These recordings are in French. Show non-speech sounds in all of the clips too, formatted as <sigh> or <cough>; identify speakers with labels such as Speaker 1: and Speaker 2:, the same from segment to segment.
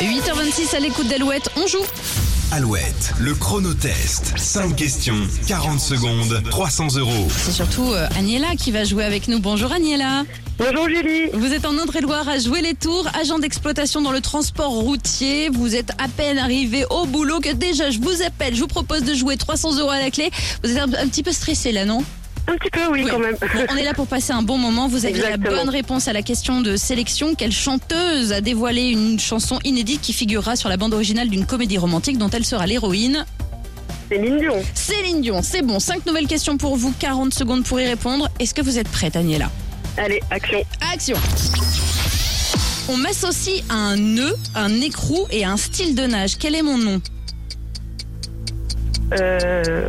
Speaker 1: 8h26 à l'écoute d'Alouette, on joue
Speaker 2: Alouette, le chronotest. 5 questions, 40 secondes, 300 euros.
Speaker 1: C'est surtout euh, Agnella qui va jouer avec nous. Bonjour Agnella
Speaker 3: Bonjour Julie.
Speaker 1: Vous êtes en Indre-et-Loire à jouer les tours, agent d'exploitation dans le transport routier. Vous êtes à peine arrivé au boulot que déjà je vous appelle, je vous propose de jouer 300 euros à la clé. Vous êtes un, un petit peu stressé là, non
Speaker 3: Un petit peu, oui,
Speaker 1: Oui.
Speaker 3: quand même.
Speaker 1: Bon, on est là pour passer un bon moment. Vous avez la
Speaker 3: Exactement.
Speaker 1: bonne réponse à la question de sélection. Quelle chanteuse a dévoilé une chanson inédite qui figurera sur la bande originale d'une comédie romantique dont elle sera l'héroïne
Speaker 3: C'est mignon.
Speaker 1: Céline Dion. C'est bon, 5 nouvelles questions pour vous, 40 secondes pour y répondre. Est-ce que vous êtes prête, Agnella
Speaker 3: Allez, action.
Speaker 1: Action On m'associe à un nœud, un écrou et un style de nage. Quel est mon nom
Speaker 3: Euh...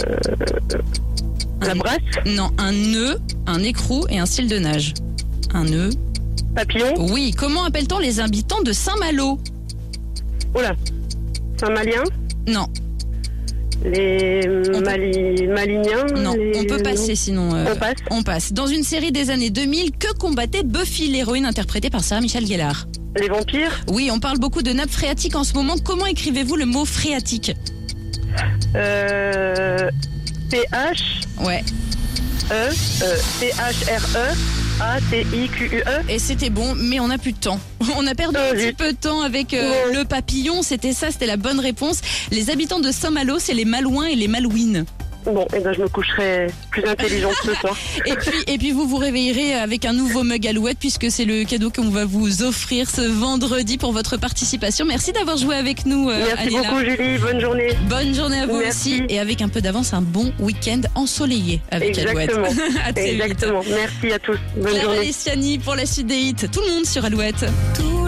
Speaker 3: La
Speaker 1: Un-
Speaker 3: brasse,
Speaker 1: Non, un nœud, un écrou et un style de nage. Un nœud
Speaker 3: papillon.
Speaker 1: Oui, comment appelle-t-on les habitants de Saint-Malo
Speaker 3: Oula.
Speaker 1: Oh.
Speaker 3: Saint-Malien.
Speaker 1: Non,
Speaker 3: Les
Speaker 1: peut-
Speaker 3: Mali... Maliniens.
Speaker 1: non,
Speaker 3: les-
Speaker 1: on peut passer sinon. euh,
Speaker 3: On passe.
Speaker 1: On passe. Dans une série des années 2000, que combattait Buffy, l'héroïne interprétée par Sarah Michel Gellar
Speaker 3: Les vampires.
Speaker 1: Oui, on parle beaucoup de nappe phréatique en ce moment. Comment écrivez-vous le mot phréatique
Speaker 3: Euh... P-H...
Speaker 1: Ouais,
Speaker 3: E... P-H-R-E... A-T-I-Q-U-E.
Speaker 1: et c'était bon, mais on n'a plus de temps. <laughs> On a perdu un
Speaker 3: Euh,
Speaker 1: petit
Speaker 3: zut.
Speaker 1: peu de temps avec euh,
Speaker 3: Ouais.
Speaker 1: le papillon, c'était ça, c'était la bonne réponse. Les habitants de Saint-Malo, c'est les Malouins et les Malouines.
Speaker 3: Bon, et ben je me coucherai plus intelligente ce soir. <laughs>
Speaker 1: Et puis, et puis vous vous réveillerez avec un nouveau mug Alouette, puisque c'est le cadeau qu'on va vous offrir ce vendredi pour votre participation. Merci d'avoir joué avec nous, <laughs> euh,
Speaker 3: Merci
Speaker 1: Agnella.
Speaker 3: beaucoup Julie, bonne journée.
Speaker 1: Bonne journée à vous
Speaker 3: Merci.
Speaker 1: aussi et avec un peu d'avance, un bon week-end ensoleillé avec
Speaker 3: Exactement.
Speaker 1: Alouette. <laughs> à très vite.
Speaker 3: Exactement. Merci à tous. Bonne
Speaker 1: Claire
Speaker 3: journée.
Speaker 1: Alessiani pour la suite des hits. Tout le monde sur Alouette. Tout